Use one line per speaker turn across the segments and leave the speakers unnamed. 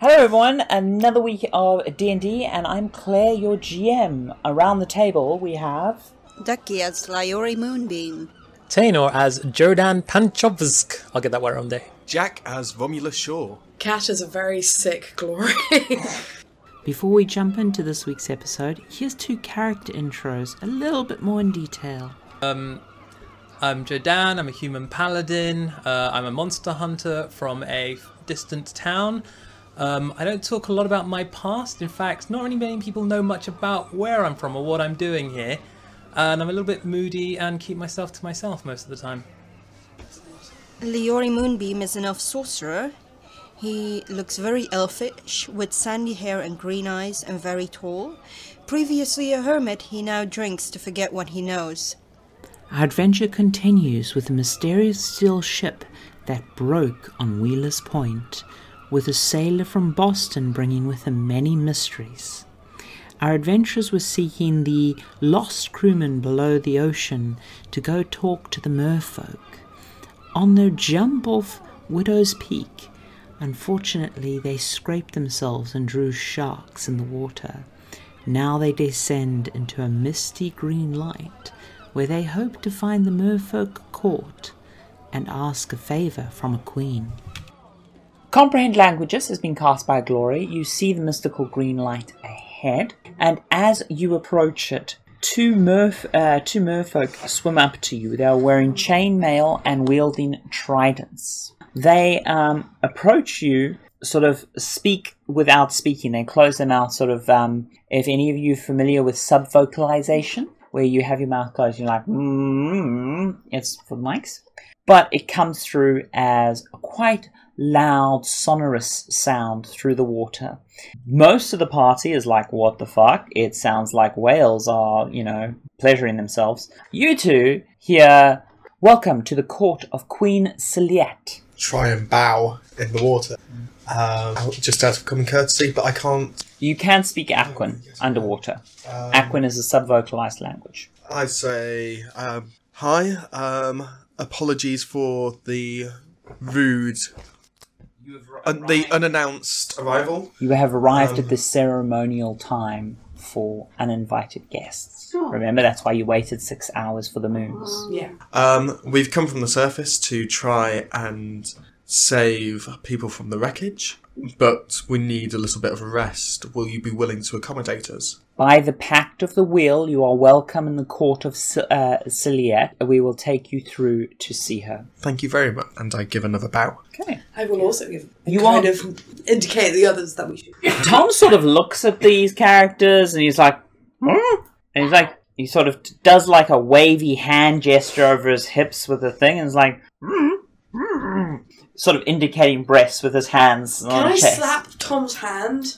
Hello everyone, another week of D&D and I'm Claire, your GM. Around the table we have...
Ducky as Lyori Moonbeam.
Taynor as Jordan Panchovsk. I'll get that one on day.
Jack as Romulus Shaw.
Cat is a very sick glory.
Before we jump into this week's episode, here's two character intros, a little bit more in detail.
I'm Jordan, I'm a human paladin, uh, I'm a monster hunter from a distant town. Um, I don't talk a lot about my past, in fact, not really many people know much about where I'm from or what I'm doing here. And I'm a little bit moody and keep myself to myself most of the time.
Liori Moonbeam is an elf sorcerer. He looks very elfish, with sandy hair and green eyes, and very tall. Previously a hermit, he now drinks to forget what he knows.
Our adventure continues with a mysterious steel ship that broke on Wheeler's Point, with a sailor from Boston bringing with him many mysteries. Our adventurers were seeking the lost crewman below the ocean to go talk to the merfolk. On their jump off Widow's Peak, unfortunately, they scraped themselves and drew sharks in the water. Now they descend into a misty green light where they hope to find the merfolk caught and ask a favor from a queen.
Comprehend Languages has been cast by Glory. You see the mystical green light ahead, and as you approach it, two merf uh, two merfolk swim up to you. They are wearing chainmail and wielding tridents. They um, approach you, sort of speak without speaking. They close their mouth, sort of. Um, if any of you are familiar with subvocalization, where you have your mouth closed, you're like, mm it's for the mics but it comes through as a quite loud, sonorous sound through the water. Most of the party is like, what the fuck? It sounds like whales are, you know, pleasuring themselves. You two here, welcome to the court of Queen Celiette.
Try and bow in the water. Um, just out of common courtesy, but I can't.
You can speak Aquan underwater. Aquan is a subvocalized language.
I say, um, hi, um, apologies for the rude, un- the unannounced arrival.
You have arrived at the ceremonial time for uninvited guests. Remember, that's why you waited six hours for the moons.
yeah.
Um, we've come from the surface to try and save people from the wreckage, but we need a little bit of a rest. Will you be willing to accommodate us?
By the pact of the wheel, you are welcome in the court of C- uh, Ciliette. We will take you through to see her.
Thank you very much. And I give another bow.
Okay.
I will also give
You
you kind
are-
of indicate the others that we should.
Tom sort of looks at these characters and he's like, hmm? And he's like, he sort of t- does like a wavy hand gesture over his hips with the thing and is like, hmm? Hmm? Sort of indicating breasts with his hands on
Can I
the chest.
slap Tom's hand?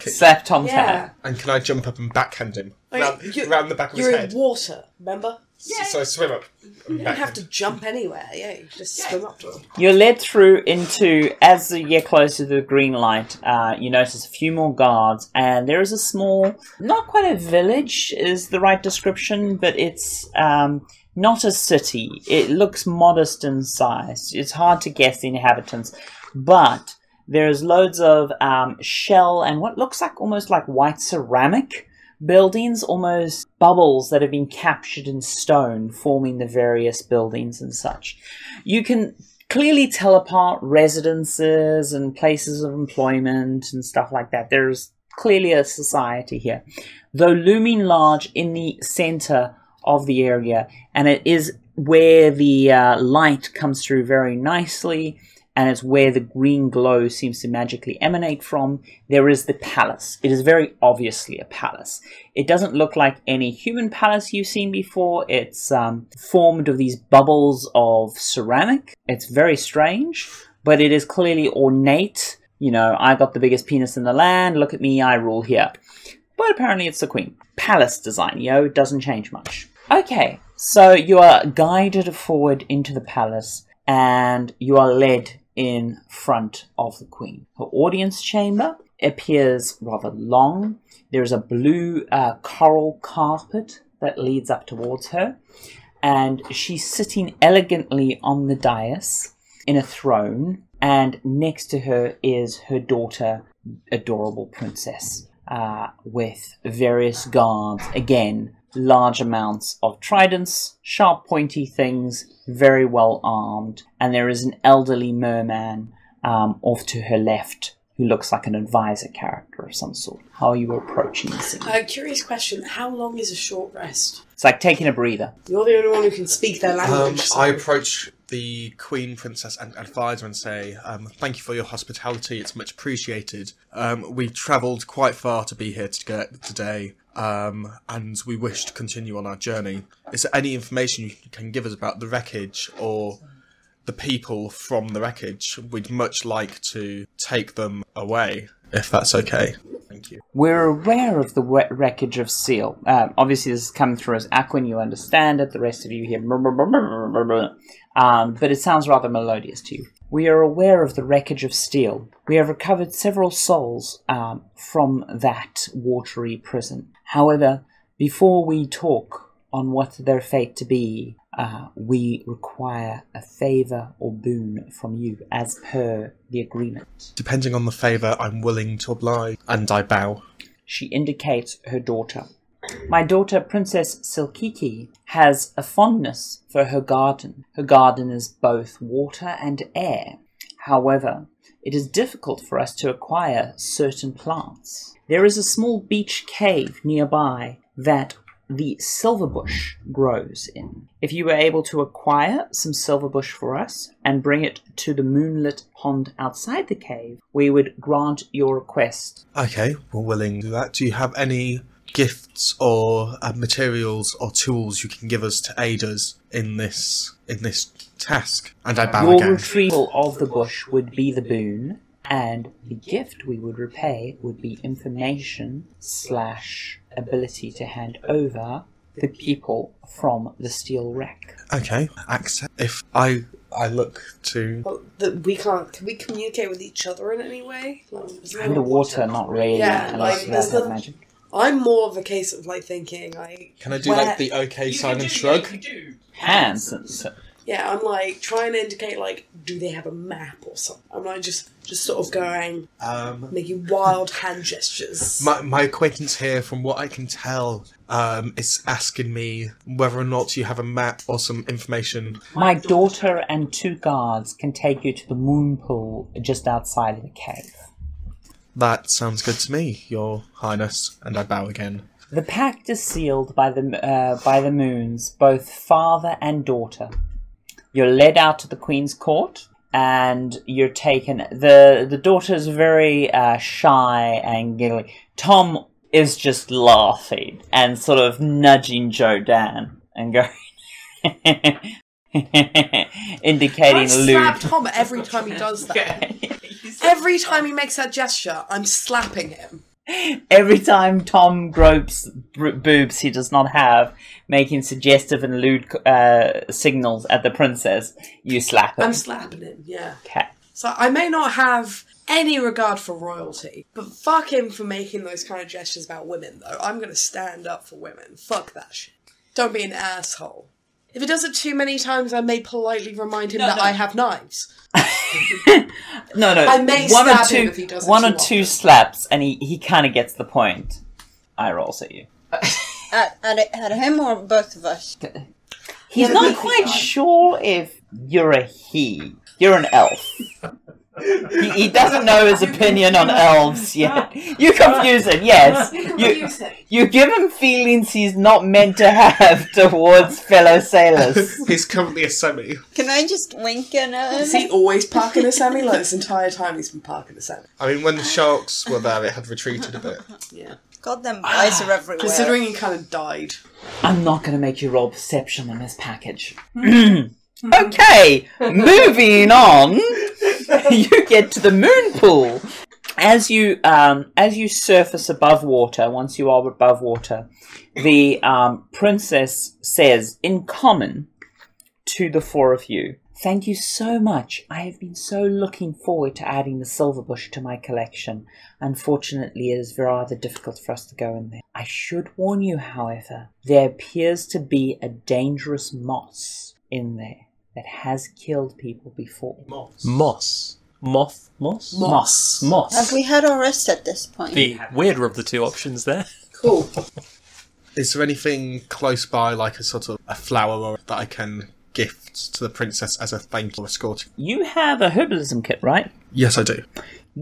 Slap Tom's
Yeah.
hand.
And can I jump up and backhand him?
Like,
round,
you-
round the back of his
You're in
head.
water, remember?
S- So I swim up. and
You don't have
backhand.
to jump anywhere. Yeah, you just swim up to him.
You're led through into, as you get closer to the green light, uh, you notice a few more guards, and there is a small, not quite a village is the right description, but it's um, not a city. It looks modest in size. It's hard to guess the inhabitants, but there's loads of um, shell and what looks like almost like white ceramic buildings, almost bubbles that have been captured in stone, forming the various buildings and such. You can clearly tell apart residences and places of employment and stuff like that. There's clearly a society here, though looming large in the center of the area, and it is where the uh, light comes through very nicely. And it's where the green glow seems to magically emanate from. There is the palace. It is very obviously a palace. It doesn't look like any human palace you've seen before. It's um, formed of these bubbles of ceramic. It's very strange, but it is clearly ornate. You know, I got the biggest penis in the land. Look at me, I rule here. But apparently, it's the queen. Palace design, yo, it doesn't change much. Okay, so you are guided forward into the palace, and you are led in front of the queen. Her audience chamber appears rather long. There is a blue uh, coral carpet that leads up towards her, and she's sitting elegantly on the dais in a throne, and next to her is her daughter, adorable princess, uh, with various guards. Again, large amounts of tridents, sharp, pointy things, very well armed, and there is an elderly merman um, off to her left who looks like an advisor character of some sort. How are you approaching the scene?
Uh, curious question: How long is a short rest?
It's like taking a breather.
You're the only one who can speak their
Um,
language. so-
I approach the Queen, Princess, and advisor and say, um, "Thank you for your hospitality. It's much appreciated. Um, we travelled quite far to be here to get today, um, and we wish to continue on our journey. Is there any information you can give us about the wreckage or the people from the wreckage? We'd much like to take them away, if that's okay. Thank you.
We're aware of the wet wreckage of Seal. Um, obviously, this has come through as Aquin, you understand it. The rest of you hear. brr, brr, brr, brr, brr, brr. Um, but it sounds rather melodious to you. We are aware of the wreckage of Steel. We have recovered several souls um, from that watery prison. However, before we talk on what their fate to be, uh, we require a favour or boon from you as per the agreement.
Depending on the favour, I'm willing to oblige, and I bow.
she indicates her daughter. My daughter, Princess Silkiki, has a fondness for her garden. Her garden is both water and air. However, it is difficult for us to acquire certain plants. There is a small beach cave nearby that the silverbush grows in. If you were able to acquire some silverbush for us and bring it to the moonlit pond outside the cave, we would grant your request
Okay, we're willing to do that. Do you have any gifts or uh, materials or tools you can give us to aid us in this in this task? And I bow
Your
again.
retrieval of the bush would be the boon, and the gift we would repay would be information slash ability to hand over the people from the steel wreck.
Okay, accept. If I I look to
Well, that we can't. Can we communicate with each other in any way? Like, is there-
Underwater, not really,
Yeah,
unless
like,
you have
there's
that
no-
magic.
I'm more of a case of like thinking like.
can I do
where-
like the okay sign and shrug?
Hands. and so-
Yeah, I'm like trying to indicate like, do they have a map or something? I'm like just just sort of going
Um,
making wild hand gestures.
my my acquaintance here, from what I can tell, um, is asking me whether or not you have a map or some information.
My daughter and two guards can take you to the moon pool just outside of the cave.
That sounds good to me, Your Highness. And I bow again.
The pact is sealed by the uh, by the moons, both father and daughter. You're led out to the queen's court, and you're taken. the The daughter is very uh, shy and giggly. Tom is just laughing and sort of nudging Joe Dan and going,
I
indicating
slap
lewd.
Tom every time he does that. Every time he makes that gesture, I'm slapping him.
Every time Tom gropes br- boobs he does not have, making suggestive and lewd uh, signals at the princess, you slap him.
I'm slapping him. Yeah.
okay.
So I may not have any regard for royalty, but fuck him for making those kind of gestures about women, though. I'm gonna stand up for women. Fuck that shit. Don't be an asshole. If he does it too many times, I may politely remind him that I have knives.
No, no.
I may
one or
stab
two,
him if he does it
one
too
or two
often.
slaps, and he, he kind of gets the point. I rolls at you.
At, at, at him or both of us?
He's not quite sure if you're a he. You're an elf. he, he doesn't know his opinion on elves yet. You confuse him. Yes, you you give him feelings he's not meant to have towards fellow sailors.
He's currently a semi.
Can I just wink uh, at him?
Is he always parking a semi? Like this entire time he's been parking a semi.
I mean, when the sharks were there, it had retreated a bit.
Yeah.
God, them eyes are everywhere.
Ah, Considering he kind of died.
I'm not going to make you roll perception on this package. okay, moving on. you get to the moon pool. As you um, as you surface above water, once you are above water, the um, princess says in common to the four of you, "Thank you so much. I have been so looking forward to adding the silverbush to my collection. Unfortunately, it is rather difficult for us to go in there. I should warn you, however, there appears to be a dangerous moss in there that has killed people before.
Moss.
Moth Moss?
Moss. Moss.
Have we had our rest at this point?
The weirder of the two options there.
Cool.
Is there anything close by, like a sort of a flower or that I can gift to the princess as a thank you or escort?
You have a herbalism kit, right?
Yes, I do.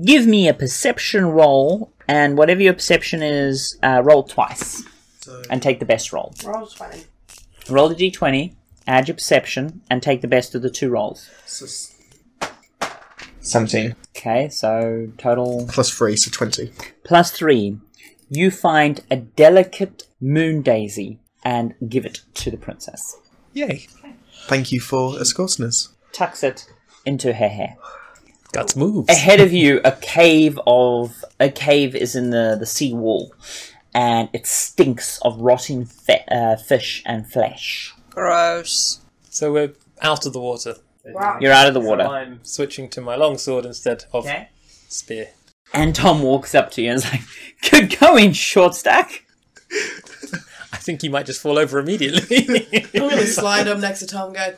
Give me a perception roll, and whatever your perception is, uh, roll twice. And take the best roll.
Roll 20.
Roll the d20, add your perception, and take the best of the two rolls.
17.
Okay, so total
Plus 3, so 20.
plus three. You find a delicate moon daisy and give it to the princess.
Yay.
Thank you for escorting us.
Tucks it into her hair.
Guts moves.
ahead of you a cave of a cave is in the the sea wall and it stinks of rotting fe- uh, fish and flesh
Gross.
So we're out of the water.
Wow.
you're out of the water
I'm switching to my longsword instead of
okay
spear.
and tom walks up to you and is like good going short stack
I think you might just fall over immediately.
I'm gonna slide up next to Tom and go,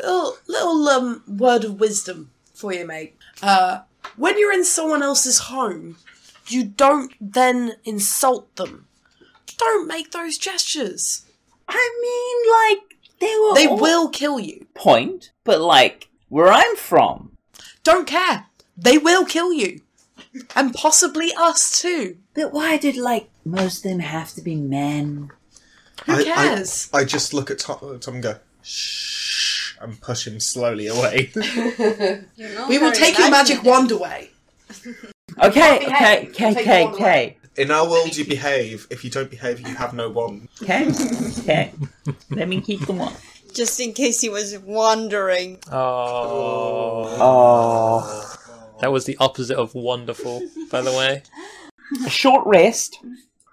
little, little um, word of wisdom for you, mate. Uh, when you're in someone else's home, you don't then insult them. Don't make those gestures.
i mean like they were
They
all-
will kill you.
point but like where i'm from
Don't care. They will kill you. And possibly us too.
but why did like most of them have to be men
Who
I- I-
cares?
I, just look at Tom, Tom and go, shh, and push him slowly away.
we will take your magic wand away.
okay okay okay
Take
okay
one away.
okay
In our world, you behave. If you don't behave, you have no one.
okay okay let me keep them on
Just in case he was wondering.
oh,
oh
that was the opposite of wonderful, by the way.
a short rest.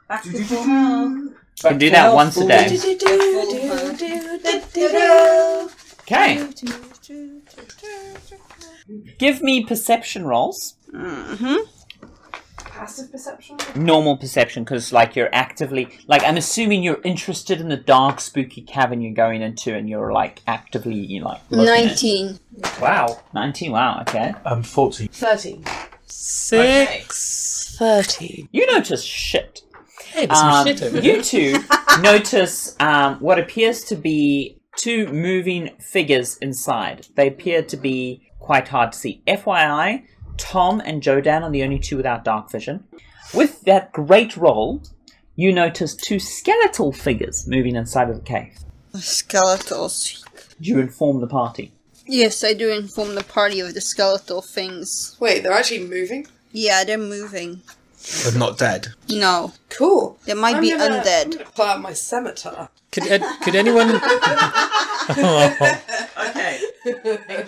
Back to full health.
You can do that once a day. Okay. Give me perception rolls.
Mm-hmm.
Passive perception?
Normal perception, because like you're actively like I'm assuming you're interested in the dark, spooky cavern you're going into, and you're like actively you like looking at it.
19.
Wow.
Nineteen. Wow. Okay.
I'm 14.
13.
Six.
13.
You notice shit.
Hey, there's some
Um,
shit over here.
you two notice um, what appears to be two moving figures inside. They appear to be quite hard to see. FYI, Tom and Jodan are the only two without dark vision. With that great roll, you notice two skeletal figures moving inside of the cave.
Skeletals.
Do you inform the party?
Yes, I do inform the party of the skeletal things.
Wait, they're actually moving?
Yeah, they're moving.
But not dead.
No,
Cool.
they might
I'm
be
gonna- I'm
undead.
gonna pull out my scimitar.
Could, ed- could anyone.
Okay.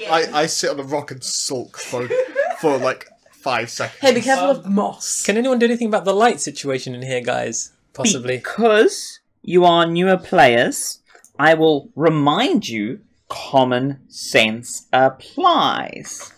I, I sit on a rock and sulk for, for like five seconds.
Hey, be careful of moss.
Can anyone do anything about the light situation in here, guys? Possibly.
Because you are newer players, I will remind you common sense applies.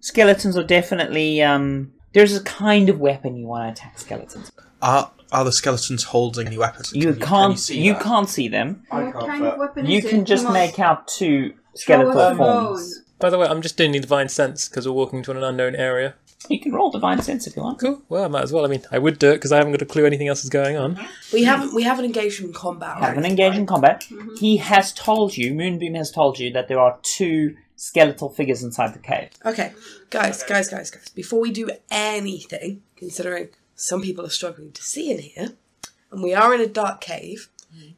Skeletons are definitely um there's a kind of weapon you want to attack skeletons.
Are, are the skeletons holding the weapons?
You
Can
can't
can see
you
that?
can't see them.
I can't, but-
weapon
You can just make out two skeletal forms.
By the way, I'm just doing the divine sense because we're walking to an unknown area.
You can roll divine sense if you want.
Cool. Well, I might as well. I mean, I would do it because I haven't got a clue anything else is going on.
We haven't we haven't engaged in combat.
Have an
right?
engage in combat. He has told you, Moonbeam has told you that there are two skeletal figures inside the cave.
Okay, guys, guys, guys, guys. Before we do anything, considering some people are struggling to see in here, and we are in a dark cave,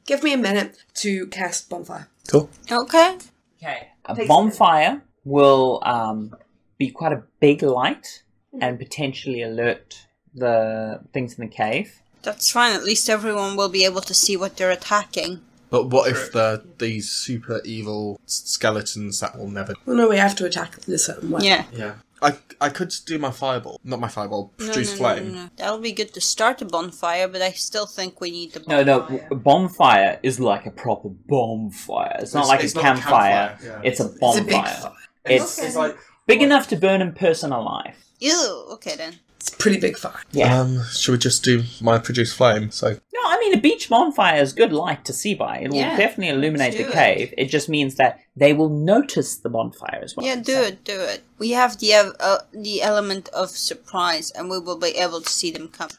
give me a minute to cast bonfire.
Cool.
Okay.
Okay. A bonfire will um, be quite a big light
Mm-hmm.
and potentially alert the things in the cave.
That's fine, at least everyone will be able to see what they're attacking.
But what if the these super evil s- skeletons that will never?
Well, no, we have to attack in a certain way.
Yeah.
Yeah, I I could do my fireball, not my fireball, produce flame.
That'll be good to start a bonfire, but I still think we need the
No,
bonfire.
no, a bonfire is like a proper bonfire. It's not
It's-
like
it's
a
not a
campfire.
campfire, yeah.
It's a
It's a
bonfire.
big fire.
It's
It's like
big enough to burn a person alive.
Ew, okay then.
It's a pretty big fire.
Yeah.
um, should we just do my produce flame? So
no, I mean, a beach bonfire is good light to see by. It will
Yeah.
definitely illuminate
do
the
it.
cave. It just means that they will notice the bonfire as well.
Yeah, do
So-
it, do it. We have the ev- uh, the element of surprise, and we will be able to see them come.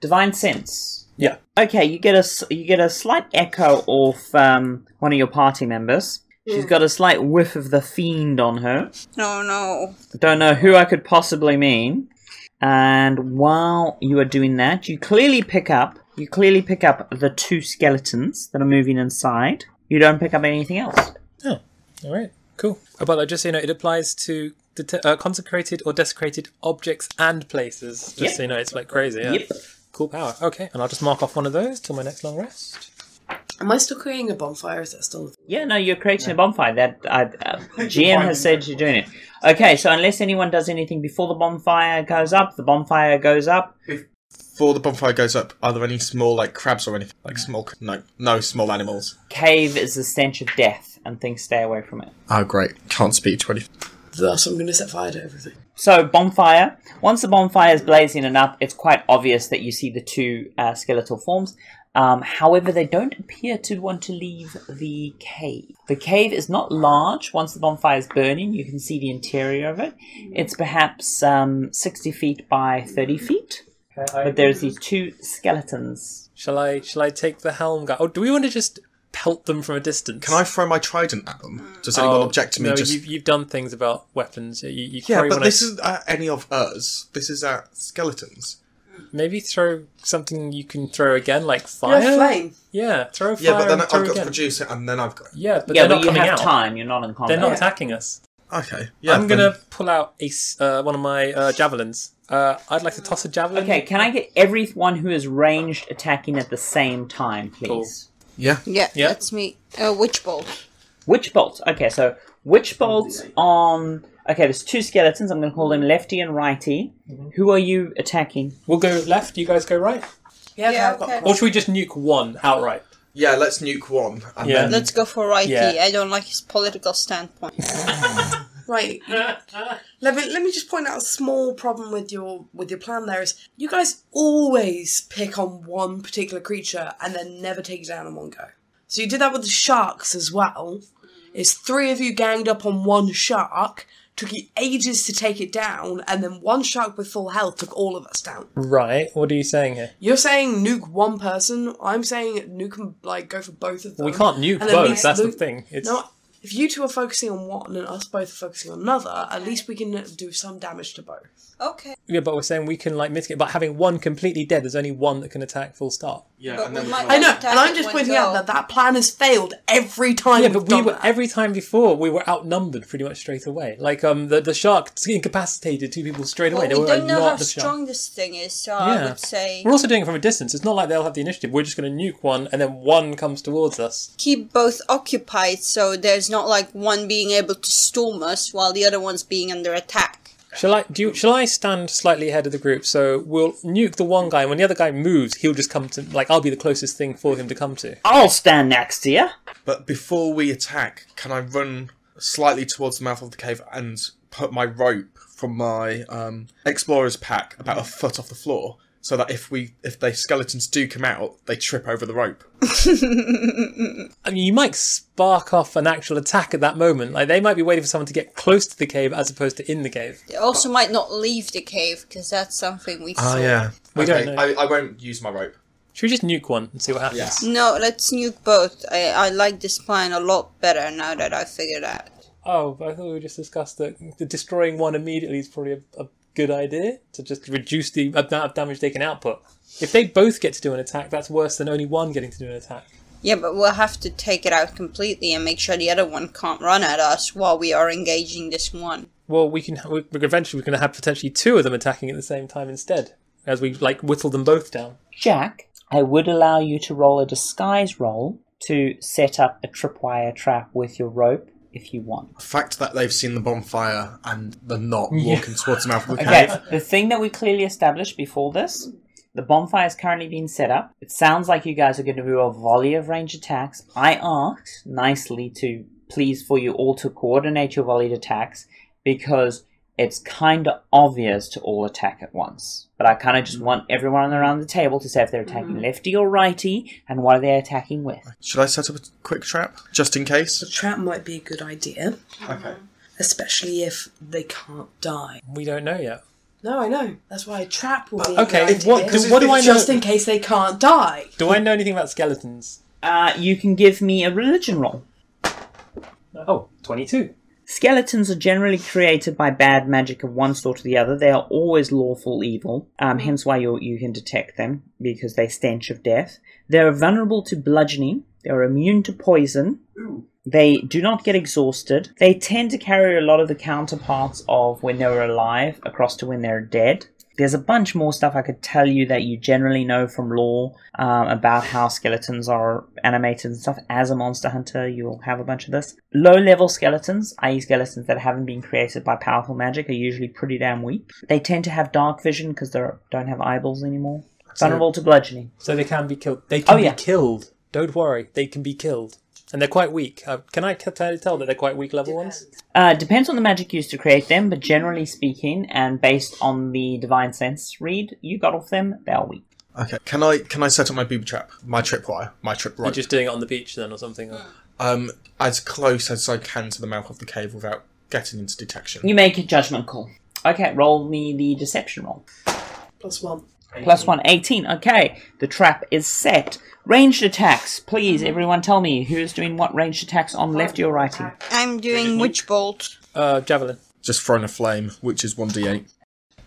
Divine sense.
Yeah.
Okay, you get a s- you get a slight echo of um, one of your party members. She's got a slight whiff of the fiend on her.
No, no.
Don't know who I could possibly mean. And while you are doing that, you clearly pick up you clearly pick up the two skeletons that are moving inside. You don't pick up anything else.
Oh, all right, cool. Uh, But I just so you know, it applies to det- uh, consecrated or desecrated objects and places. Just so you know, it's like crazy. Yeah.
Yep.
Cool power. Okay, and I'll just mark off one of those till my next long rest.
Am I still creating a bonfire? Is that still
Yeah, no, you're creating a bonfire. That I, uh, GM has said you're doing it. Okay, so unless anyone does anything before the bonfire goes up, the bonfire goes up.
Before the bonfire goes up, are there any small like crabs or anything? Like small? No, no small animals.
Cave is the stench of death, and things stay away from it.
Oh, great! Can't speak to anything.
thus? I'm going to set fire to everything.
So bonfire. Once the bonfire is blazing and up, it's quite obvious that you see the two uh, skeletal forms. Um, however, they don't appear to want to leave the cave. The cave is not large. Once the bonfire is burning, you can see the interior of it. It's perhaps um, sixty feet by thirty feet. But there's these two skeletons.
Shall I? Shall I take the helm guy? Oh, do we want to just pelt them from a distance? Oh,
Can I throw my trident at them? Does anyone object to me?
No,
just
you've, you've done things about weapons. You, you
yeah,
probably
but
wanna
this isn't at any of us. This is at skeletons.
maybe throw something you can throw again, like fire.
flame.
Yeah, throw fire.
Yeah, but then
and
I've
throw
got to
again.
produce it, and then I've got
Yeah, but
yeah,
they're
but
not
you
coming
have
out.
time. You're not in combat.
They're not
Yeah.
attacking us.
okay. Yeah,
I'm
then-
gonna pull out a s- uh, one of my uh, javelins. Uh, I'd like to toss a javelin.
Okay, can I get everyone who is ranged attacking at the same time, please?
Yeah,
Yeah,
Yeah.
that's me. Uh, witch bolt.
Witch bolts. Okay, so witch bolts on. Okay, there's two skeletons. I'm going to call them lefty and righty. Who are you attacking?
We'll go left. You guys go right.
Yeah,
Yeah,
I've got
okay.
Or should we just nuke one outright?
yeah. Let's nuke one. And
Yeah.
Then,
Let's go for righty.
Yeah.
I don't like his political standpoint.
Right. let me let me just point out a small problem with your with your plan there is you guys always pick on one particular creature and then never take it down in one go. So you did that with the sharks as well. It's three of you ganged up on one shark, took you ages to take it down, and then one shark with full health took all of us down.
Right. What are you saying here?
You're saying nuke one person. I'm saying nuke 'em, like go for both of them.
We can't nuke
And then we
both. That's the
loot-
thing. It's
No, if you two are focusing on one and us both are focusing on another, at least we can do some damage to both.
Okay.
yeah, but we're saying we can like mitigate. But having one completely dead, there's only one that can attack. Full stop.
yeah,
But
and
we
then we
might-
can-
I know,
Attack
and I'm
at
just
one
pointing
go.
out that that plan has failed every time.
Yeah,
we've
but we
done
were
that.
every time before we were outnumbered pretty much straight away. Like um, the the shark incapacitated two people straight away.
Well, we
They were
don't know
not
how
the shark.
strong this thing is, so I
Yeah.
would say
We're also doing it from a distance. It's not like they'll have the initiative. We're just going to nuke one, and then one comes towards us.
keep both occupied so there's not like one being able to storm us while the other one's being under attack.
Shall I? Do you, shall I stand slightly ahead of the group so we'll nuke the one guy, and when the other guy moves, he'll just come to like I'll be the closest thing for him to come to.
I'll stand next to you.
But before we attack, can I run slightly towards the mouth of the cave and put my rope from my um, explorer's pack about a foot off the floor, so that if we if the skeletons do come out, they trip over the rope.
I mean, you might spark off an actual attack at that moment. Like they might be waiting for someone to get close to the cave as opposed to in the cave.
They also might not leave the cave because that's something
Ah,
we saw.
We
don't know.
I, I won't use my rope.
Should we just nuke one and see what happens?
Yes.
No, let's nuke both. I, I like this plan a lot better now that I figured out.
Oh, but I thought we just discussed that the destroying one immediately is probably a, a good idea to just reduce the amount of damage they can output. If they both get to do an attack, that's worse than only one getting to do an attack.
Yeah, but we'll have to take it out completely and make sure the other one can't run at us while we are engaging this one.
Well, we can we, eventually we're going to have potentially two of them attacking at the same time instead, as we like whittle them both down.
Jack, I would allow you to roll a disguise roll to set up a tripwire trap with your rope if you want.
The fact that they've seen the bonfire and they're not walking towards the mouth of the
Okay,
cave.
the thing that we clearly established before this, the bonfire is currently being set up. It sounds like you guys are going to do a volley of range attacks. I asked nicely to please for you all to coordinate your volleyed attacks because it's kind of obvious to all attack at once. But I kind of just want everyone around the table to say if they're attacking lefty or righty and what are they attacking with.
Should I set up a quick trap just in case?
The trap might be a good idea,
Okay.
especially if they can't die.
We don't know yet.
No, I know. That's why a trap will be.
okay,
a good
if what-
idea.
'cause what do I know-
Just in case they can't die.
Do I know anything about skeletons?
Uh, you can give me a religion roll.
Oh, 22.
Skeletons are generally created by bad magic of one sort or the other. They are always lawful evil, um, hence why you you can detect them, because they stench of death. They are vulnerable to bludgeoning. They are immune to poison. They do not get exhausted. They tend to carry a lot of the counterparts of when they were alive across to when they're dead. There's a bunch more stuff I could tell you that you generally know from lore um, about how skeletons are animated and stuff. As a monster hunter, you'll have a bunch of this. Low level skeletons, i.e., skeletons that haven't been created by powerful magic, are usually pretty damn weak. They tend to have dark vision because they don't have eyeballs anymore. Vulnerable to bludgeoning.
So they can be killed. They can
Oh, yeah.
be killed. Don't worry, they can be killed. And they're quite weak. Uh, can I c- tell tell that they're quite weak level ones?
Uh, depends on the magic used to create them, but generally speaking, and based on the divine sense read you got off them, they are weak.
Okay. Can I can I set up my booby trap, my tripwire, my trip
You're
rope,
just doing it on the beach then or something? or-
um, as close as I can to the mouth of the cave without getting into detection?
You make a judgment call. Okay, roll me the deception roll.
Plus one.
Plus one, 18. Okay, the trap is set. Ranged attacks. Please, everyone tell me who's doing what ranged attacks on lefty or righty.
I'm doing Witch Bolt.
Uh, javelin.
Just throwing a flame, which is one d eight.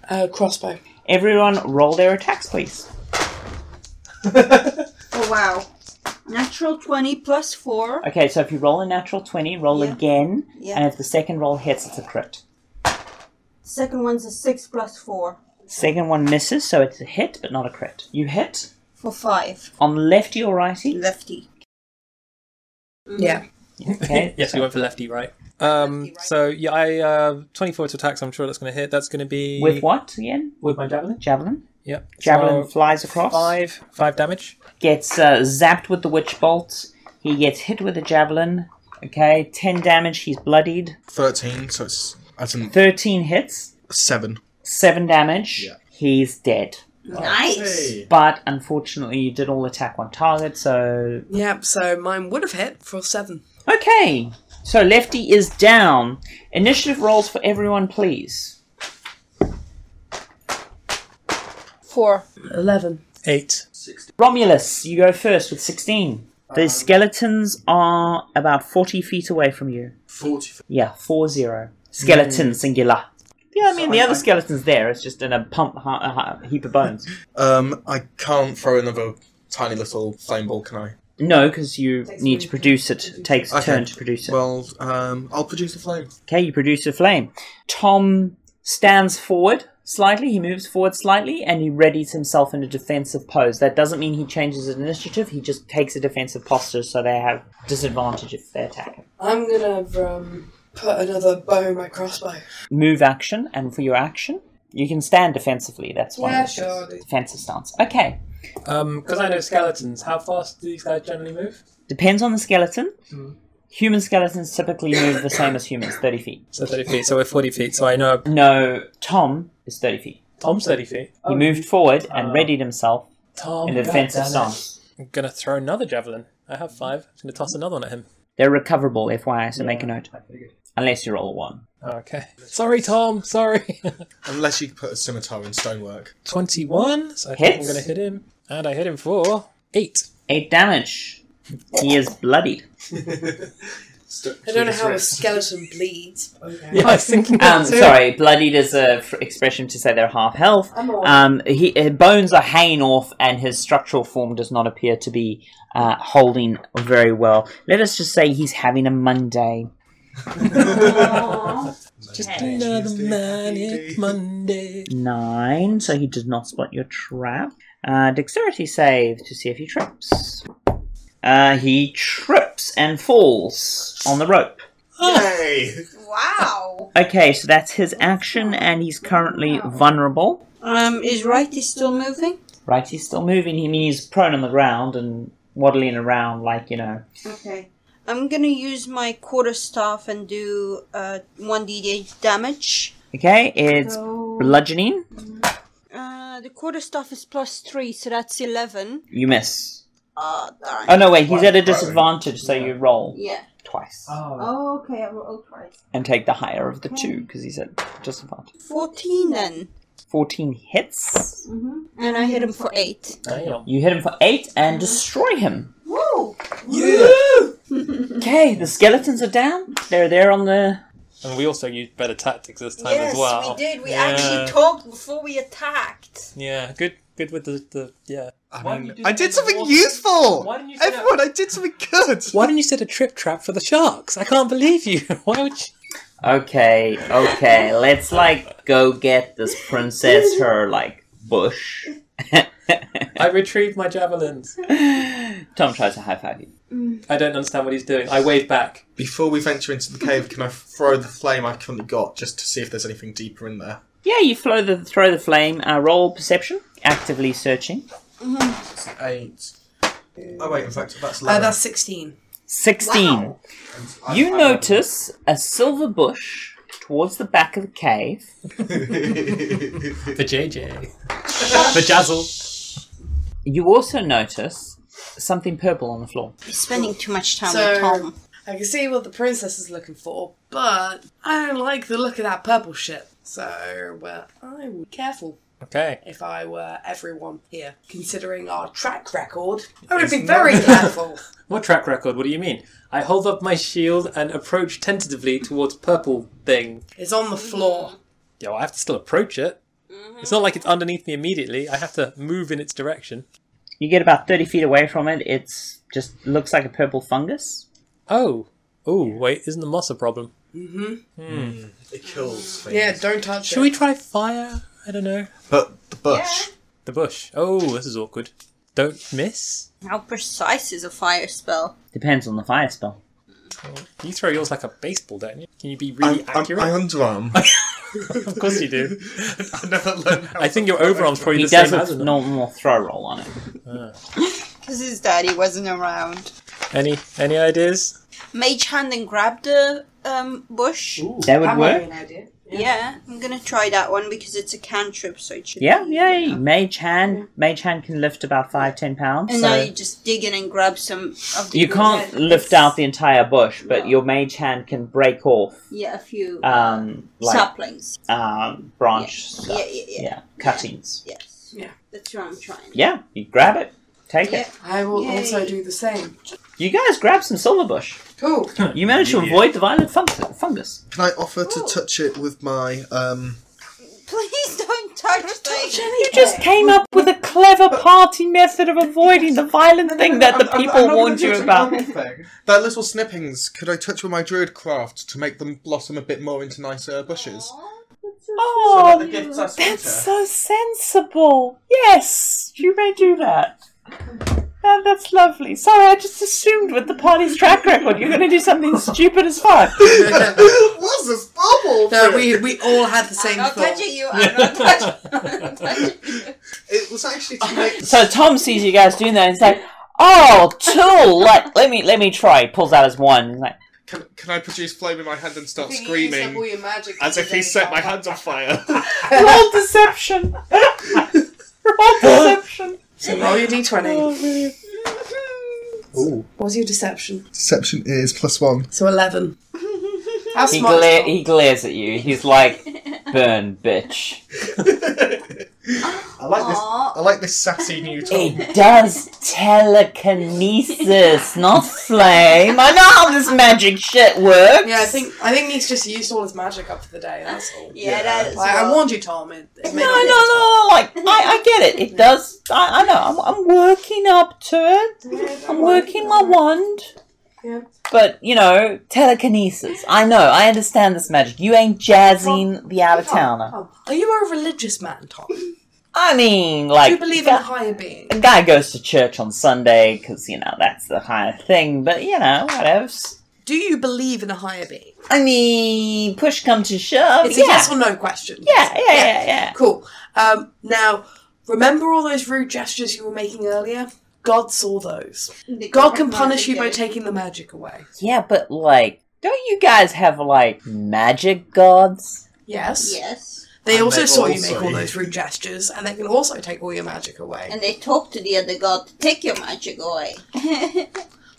Uh, crossbow.
Everyone roll their attacks, please.
Oh wow. Natural 20 plus 4.
Okay, so if you roll a natural 20, roll
Yeah.
again,
Yeah.
and if the second roll hits, it's a crit.
Second one's a 6 plus 4.
Second one misses, so it's a hit, but not a crit. You hit
For 5.
on lefty or righty.
Lefty.
Yeah.
Okay,
yes, we went for lefty, right? Um, So yeah, I uh, 24 to attacks. I'm sure that's going to hit. That's going to be
With what again?
With my javelin.
Javelin.
Yeah,
Javelin
So,
flies across.
five, five damage.
gets uh, zapped with the witch bolt. He gets hit with a javelin. Okay, 10 damage, he's bloodied.
Thirteen, so it's as in
13 hits,
seven.
7 damage,
Yeah.
he's dead.
Nice.
But unfortunately, you did all attack on target, so.
Yeah, so mine would have hit for seven.
Okay, so Lefty is down. Initiative rolls for everyone, please.
4.
Eleven.
Eight.
Romulus, you go first with 16. The skeletons are about 40 feet away from you.
Forty.
Yeah, four zero. Skeleton singular. Yeah, Hmm. I mean the other skeleton's there. It's just in a pump hu- uh, hu- heap of bones.
Um, I can't throw another tiny little flame ball, can I?
no, because you need to produce it. It takes a
Okay.
turn to produce it.
Well, um, I'll produce a flame.
okay, you produce a flame. Tom stands forward slightly. He moves forward slightly, and he readies himself in a defensive pose. That doesn't mean he changes his initiative. He just takes a defensive posture, so they have disadvantage if they attack him.
I'm gonna um, put another bow in my crossbow.
Move action, and for your action, you can stand defensively. That's one
Yeah,
of the things.
sure.
defensive stance. Okay.
Um, because I know skeletons. How fast do these guys generally move?
Depends on the skeleton.
Hmm.
Human skeletons typically move the same as humans, 30 feet.
So 30 feet. So we're 40 feet. So I know
No, Tom is 30 feet.
Tom's 30 feet.
Oh.
He moved forward
Ah.
and readied himself
Tom
in the defensive stance.
I'm gonna throw another javelin. I have five. I'm gonna toss another one at him.
They're recoverable, FYI, so make a note. Unless you roll a 1.
Okay. Sorry, Tom. Sorry.
Unless you put a scimitar in stonework.
21. So I think I'm
Hits.
gonna hit him, and I hit him for eight.
8 damage. He is bloodied.
I don't know how a skeleton bleeds. Okay.
Yeah, I was thinking
Um,
that too.
sorry, bloodied is a f- expression to say they're half health. Um, he, his bones are hanging off, and his structural form does not appear to be uh, holding very well. Let us just say he's having a Monday.
Just another manic Monday.
Nine, so he does not spot your trap. Uh, dexterity save to see if he trips. Uh, he trips and falls on the rope.
Yay!
Wow.
Okay, so that's his action, and he's currently vulnerable.
Um, is righty still moving?
Right, he's still moving. He means he's prone on the ground and waddling around like you know.
Okay. I'm gonna use my quarter staff and do uh, 1d8 damage.
Okay, it's bludgeoning.
Uh, the quarterstaff is plus three, so that's eleven.
You miss.
Oh, darn.
Oh no, wait, he's at a disadvantage, so you roll
Yeah.
twice
Oh, okay, I rolled twice.
and take the higher of the two because he's at disadvantage.
Fourteen then,
Fourteen hits.
and I hit him for eight.
You hit him for eight and destroy him.
Woo!
Okay, the skeletons are down. They're there on the.
And we also used better tactics this time
Yes,
as well.
we did. We
yeah.
actually talked before we attacked.
Yeah, good, good with the, the yeah.
I, mean,
didn't you do
I did
that
something
before?
useful.
Why didn't you say that-
Everyone, I did something good.
Why didn't you set a trip trap for the sharks? I can't believe you. Why would you?
Okay, okay, let's like go get this princess her like bush.
I retrieved my javelins.
Tom tries to high five you.
I don't understand what he's doing. I wave back.
Before we venture into the cave, can I throw the flame I've currently got just to see if there's anything deeper in there?
Yeah, you throw the throw the flame. Uh, roll perception. Actively searching.
Eight. Oh wait, in fact, that's
Uh,
eleven.
that's 16.
16.
I-
You
I-
notice a silver bush towards the back of the cave.
For JJ. For Jazzle.
You also notice something purple on the floor.
We're spending too much time
So-
with Tom.
I can see what the princess is looking for, but I don't like the look of that purple shit. So, well, I would be careful
Okay.
if I were everyone here. Considering our track record, I would be very careful.
What track record? What do you mean? I hold up my shield and approach tentatively towards purple thing.
It's on the floor.
Yo, I have to still approach it. It's not like it's underneath me immediately. I have to move in its direction.
You get about 30 feet away from it. It's just looks like a purple fungus.
Oh. Oh, wait, isn't the moss a problem?
It kills things.
Yeah, don't touch
Should
it.
we try fire? I don't know.
But the bush.
The bush. Oh, this is awkward. Don't miss.
How precise is a fire spell?
Depends on the fire spell.
You throw yours like a baseball, don't you? Can you be
I'm,
really
I'm,
accurate?
I underarm.
of course you do.
I never learned how
I think your overarm's probably
He
the
does
same as
a
an
normal throw roll on it.
Because his daddy wasn't around.
Any any ideas?
Mage hand and grab the um, bush.
That would work.
Yeah. I'm gonna try that one because it's a cantrip, so it should.
Yeah,
be-
yay. Mage hand. Mage hand can lift about five, ten pounds.
And
so-
now you just dig in and grab some of the.
you can't
Yeah,
lift out the entire bush, but your mage hand can break off
Yeah, a few
um, like
saplings.
um, branch
Yeah,
stuff.
yeah, yeah,
yeah, cuttings.
Yes.
Yeah.
That's what I'm trying.
Yeah, you grab it, take it.
I will
Yay.
also do the same.
You guys grab some silverbush.
Cool.
You manage to avoid the violet fun- fungus.
Can I offer to touch it with my um?
Please don't touch things.
You just came up with a clever party method of avoiding the violent thing that the people warned you about.
That little snippings. Could I touch with my druid craft to make them blossom a bit more into nicer bushes?
Oh,
That's
that's so sensible. Yes, you may do that. Ah, that's lovely. Sorry, I just assumed with the party's track record you're going to do something stupid as fuck.
What's this bubble?
No, we we all had the
I'm
same
not
thought.
touching you. I'm not touching. I'm not touching you.
It was actually to make.
So Tom sees you guys doing that and he's like, oh, tool, let, let me let me try. He pulls out his wand. He's like,
Can, can I produce flame in my hand and start
You used up all
screaming
your magic
as if he
today.
set my hands on fire?
roll deception. roll deception.
So roll your d20. What was Oh, your deception?
Deception is plus one.
So 11. How
He,
smart.
gla- he glares at you. He's like, burn, bitch.
I like this. I like this sassy new Tom.
It does telekinesis, not flame. I know how this magic shit works.
yeah, I think I think he's just used all his magic up for the day. That's all.
Yeah, that is.
Like, I
well.
warned you, Tom. It, it may
No,
not
no,
be-
no, no, like, I, I get it. It does. I, I know. I'm, I'm working up to it. I'm working my wand.
Yeah.
But, you know, telekinesis. I know. I understand this magic. You ain't jazzing the out of towner.
Tom, Are you a religious man, Tom? Do
I mean, like.
you believe in a higher being?
a guy goes to church on Sunday because, you know, that's the higher thing, but, you know, whatevs.
Do you believe in a higher being?
I mean, push come to shove.
It's
yeah.
a yes or no question.
yeah, yeah, yeah, yeah.
Cool. Um, now, remember all those rude gestures you were making earlier? God saw those. God can punish you by taking the magic away.
Yeah, but, like, don't you guys have, like, magic gods?
Yes.
Yes.
They
And
also
they
saw you
also-
make all those rude gestures, and they can also take all your magic away.
And they talk to the other god to take your magic away.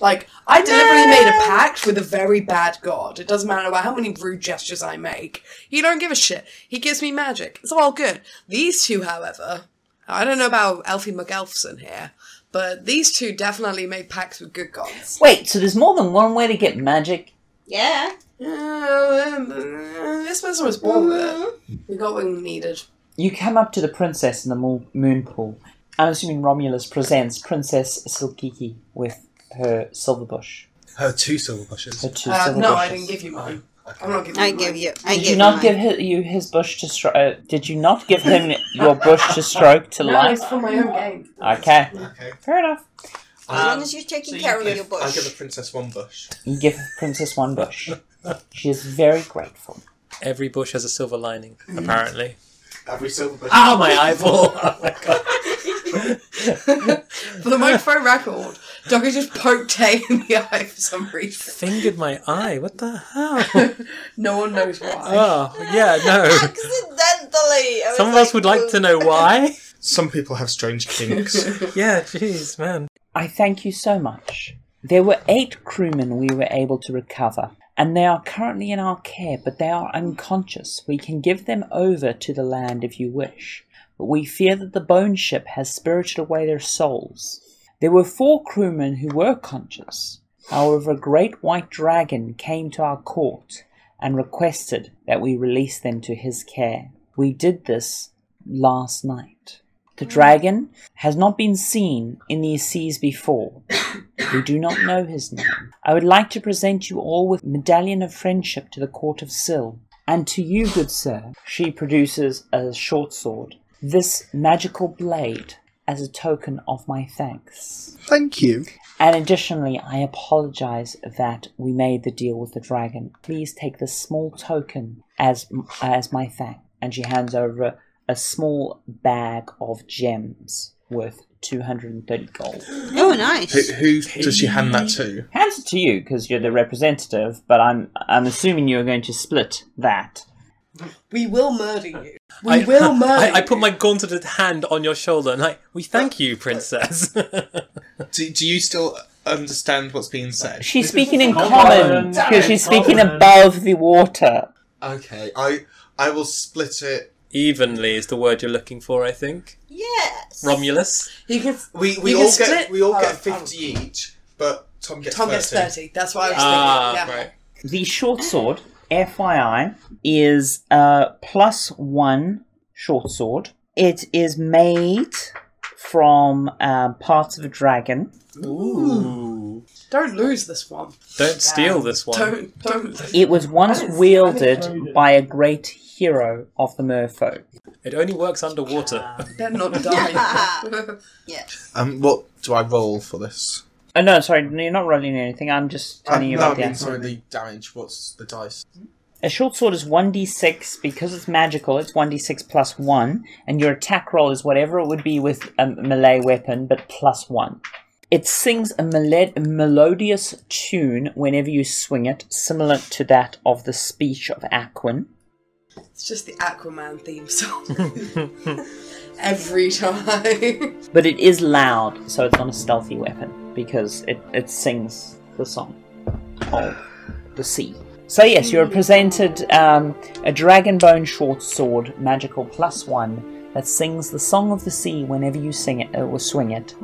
Like, I deliberately made a pact with a very bad god. It doesn't matter about how many rude gestures I make. He don't give a shit. He gives me magic. It's all good. These two, however, I don't know about Alfie McElfson here, but these two definitely made pacts with good gods.
Wait, so there's more than one way to get magic?
yeah.
Uh, this person was born with it. We Mm-hmm. got what we needed.
You come up to the princess in the mo- moon pool. I'm assuming Romulus presents Princess Silkiki with her silver bush.
Her two silver bushes.
Her two
Uh,
silver
no, I
bushes.
didn't give you mine. I'm not giving
I
you mine.
give you. I
Did
give
you not
mine.
give hi- you his bush to stroke? Uh, did you not give him your bush to stroke to
No,
life?
it's for my own game.
Okay,
Okay. Um,
fair enough.
As long as you're taking care of your
I'll
bush.
give the princess one bush.
You give Princess one bush. She is very grateful.
Every bush has a silver lining, apparently.
Every silver bush.
Ah, my eyeball!
Oh
For the microphone record, Doggy just poked Tay in the eye for some reason.
Fingered my eye. What the hell?
No one knows why.
Oh, yeah, no.
Accidentally. I
Some of
was
us would like to know why.
Some people have strange kinks.
Yeah, jeez, man.
I thank you so much. There were eight crewmen we were able to recover, and they are currently in our care, but they are unconscious. We can give them over to the land if you wish, but we fear that the bone ship has spirited away their souls. There were four crewmen who were conscious. However, a great white dragon came to our court and requested that we release them to his care. We did this last night. The dragon has not been seen in these seas before. we do not know his name. I would like to present you all with medallion of friendship to the court of Sil. And to you, good sir, she produces a short sword, this magical blade, as a token of my thanks.
Thank you.
And additionally, I apologize that we made the deal with the dragon. Please take this small token as as my thank. And she hands over a small bag of gems worth 230 gold.
Oh, nice.
who, who does she hand that to?
Hands it to you because you're the representative, but I'm I'm assuming you're going to split that.
We will murder you. We
I,
will murder.
I, I
you.
put my gauntleted hand on your shoulder and like, we thank you, princess.
Do, do you still understand what's being said?
She's speaking in
common.
common because she's speaking above the water.
Okay, I I will split it.
Evenly is the word you're looking for, I think.
Yes.
Romulus.
you can.
We we
You
all
can
get
split-
we all
oh,
get
oh.
fifty each, but Tom gets
Tom
thirty.
gets thirty. That's what I was
eh?
thinking.
Ah,
yeah.
right.
The short sword, FYI, is uh, plus one short sword. It is made from um, parts of a dragon.
Ooh.
Don't lose this one.
Don't steal this one.
Don't don't.
It was once wielded by a great hero of the merfolk.
It only works underwater.
Better not die.
Yes.
Um, what do I roll for this?
Oh no, sorry, you're not rolling anything. I'm just telling you
Uh, no, I
about the
mean,
actual.
sorry, the damage. What's the dice?
A short sword is 1d6 because it's magical. It's 1d6 plus 1, and your attack roll is whatever it would be with a melee weapon, but plus 1. It sings a mele- melodious tune whenever you swing it, similar to that of the speech of Aquin.
It's just the Aquaman theme song. Every time.
But it is loud, so it's not a stealthy weapon because it, it sings the song of the sea. So, yes, you're presented um, a dragonbone short sword, magical plus one, that sings the song of the sea whenever you sing it uh, or swing it.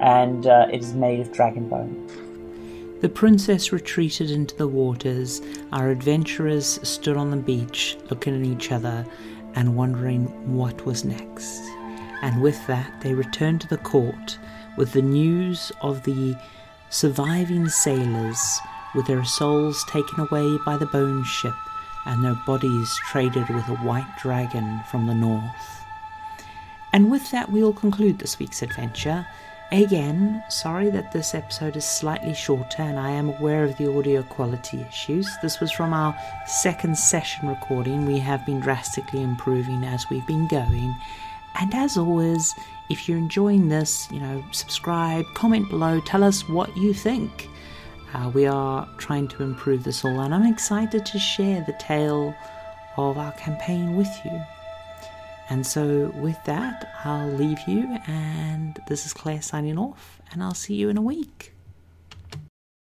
And uh, it is made of dragonbone.
The princess retreated into the waters. Our adventurers stood on the beach, looking at each other and wondering what was next. And with that, they returned to the court with the news of the surviving sailors with their souls taken away by the bone ship and their bodies traded with a white dragon from the north. And with that, we will conclude this week's adventure. Again, sorry that this episode is slightly shorter and I am aware of the audio quality issues. This was from our second session recording. We have been drastically improving as we've been going. And as always, if you're enjoying this, you know, subscribe, comment below, tell us what you think. Uh, we are trying to improve this all, and I'm excited to share the tale
of our campaign with you. And so, with that, I'll leave you, and this is Claire signing off, and I'll see you in a week.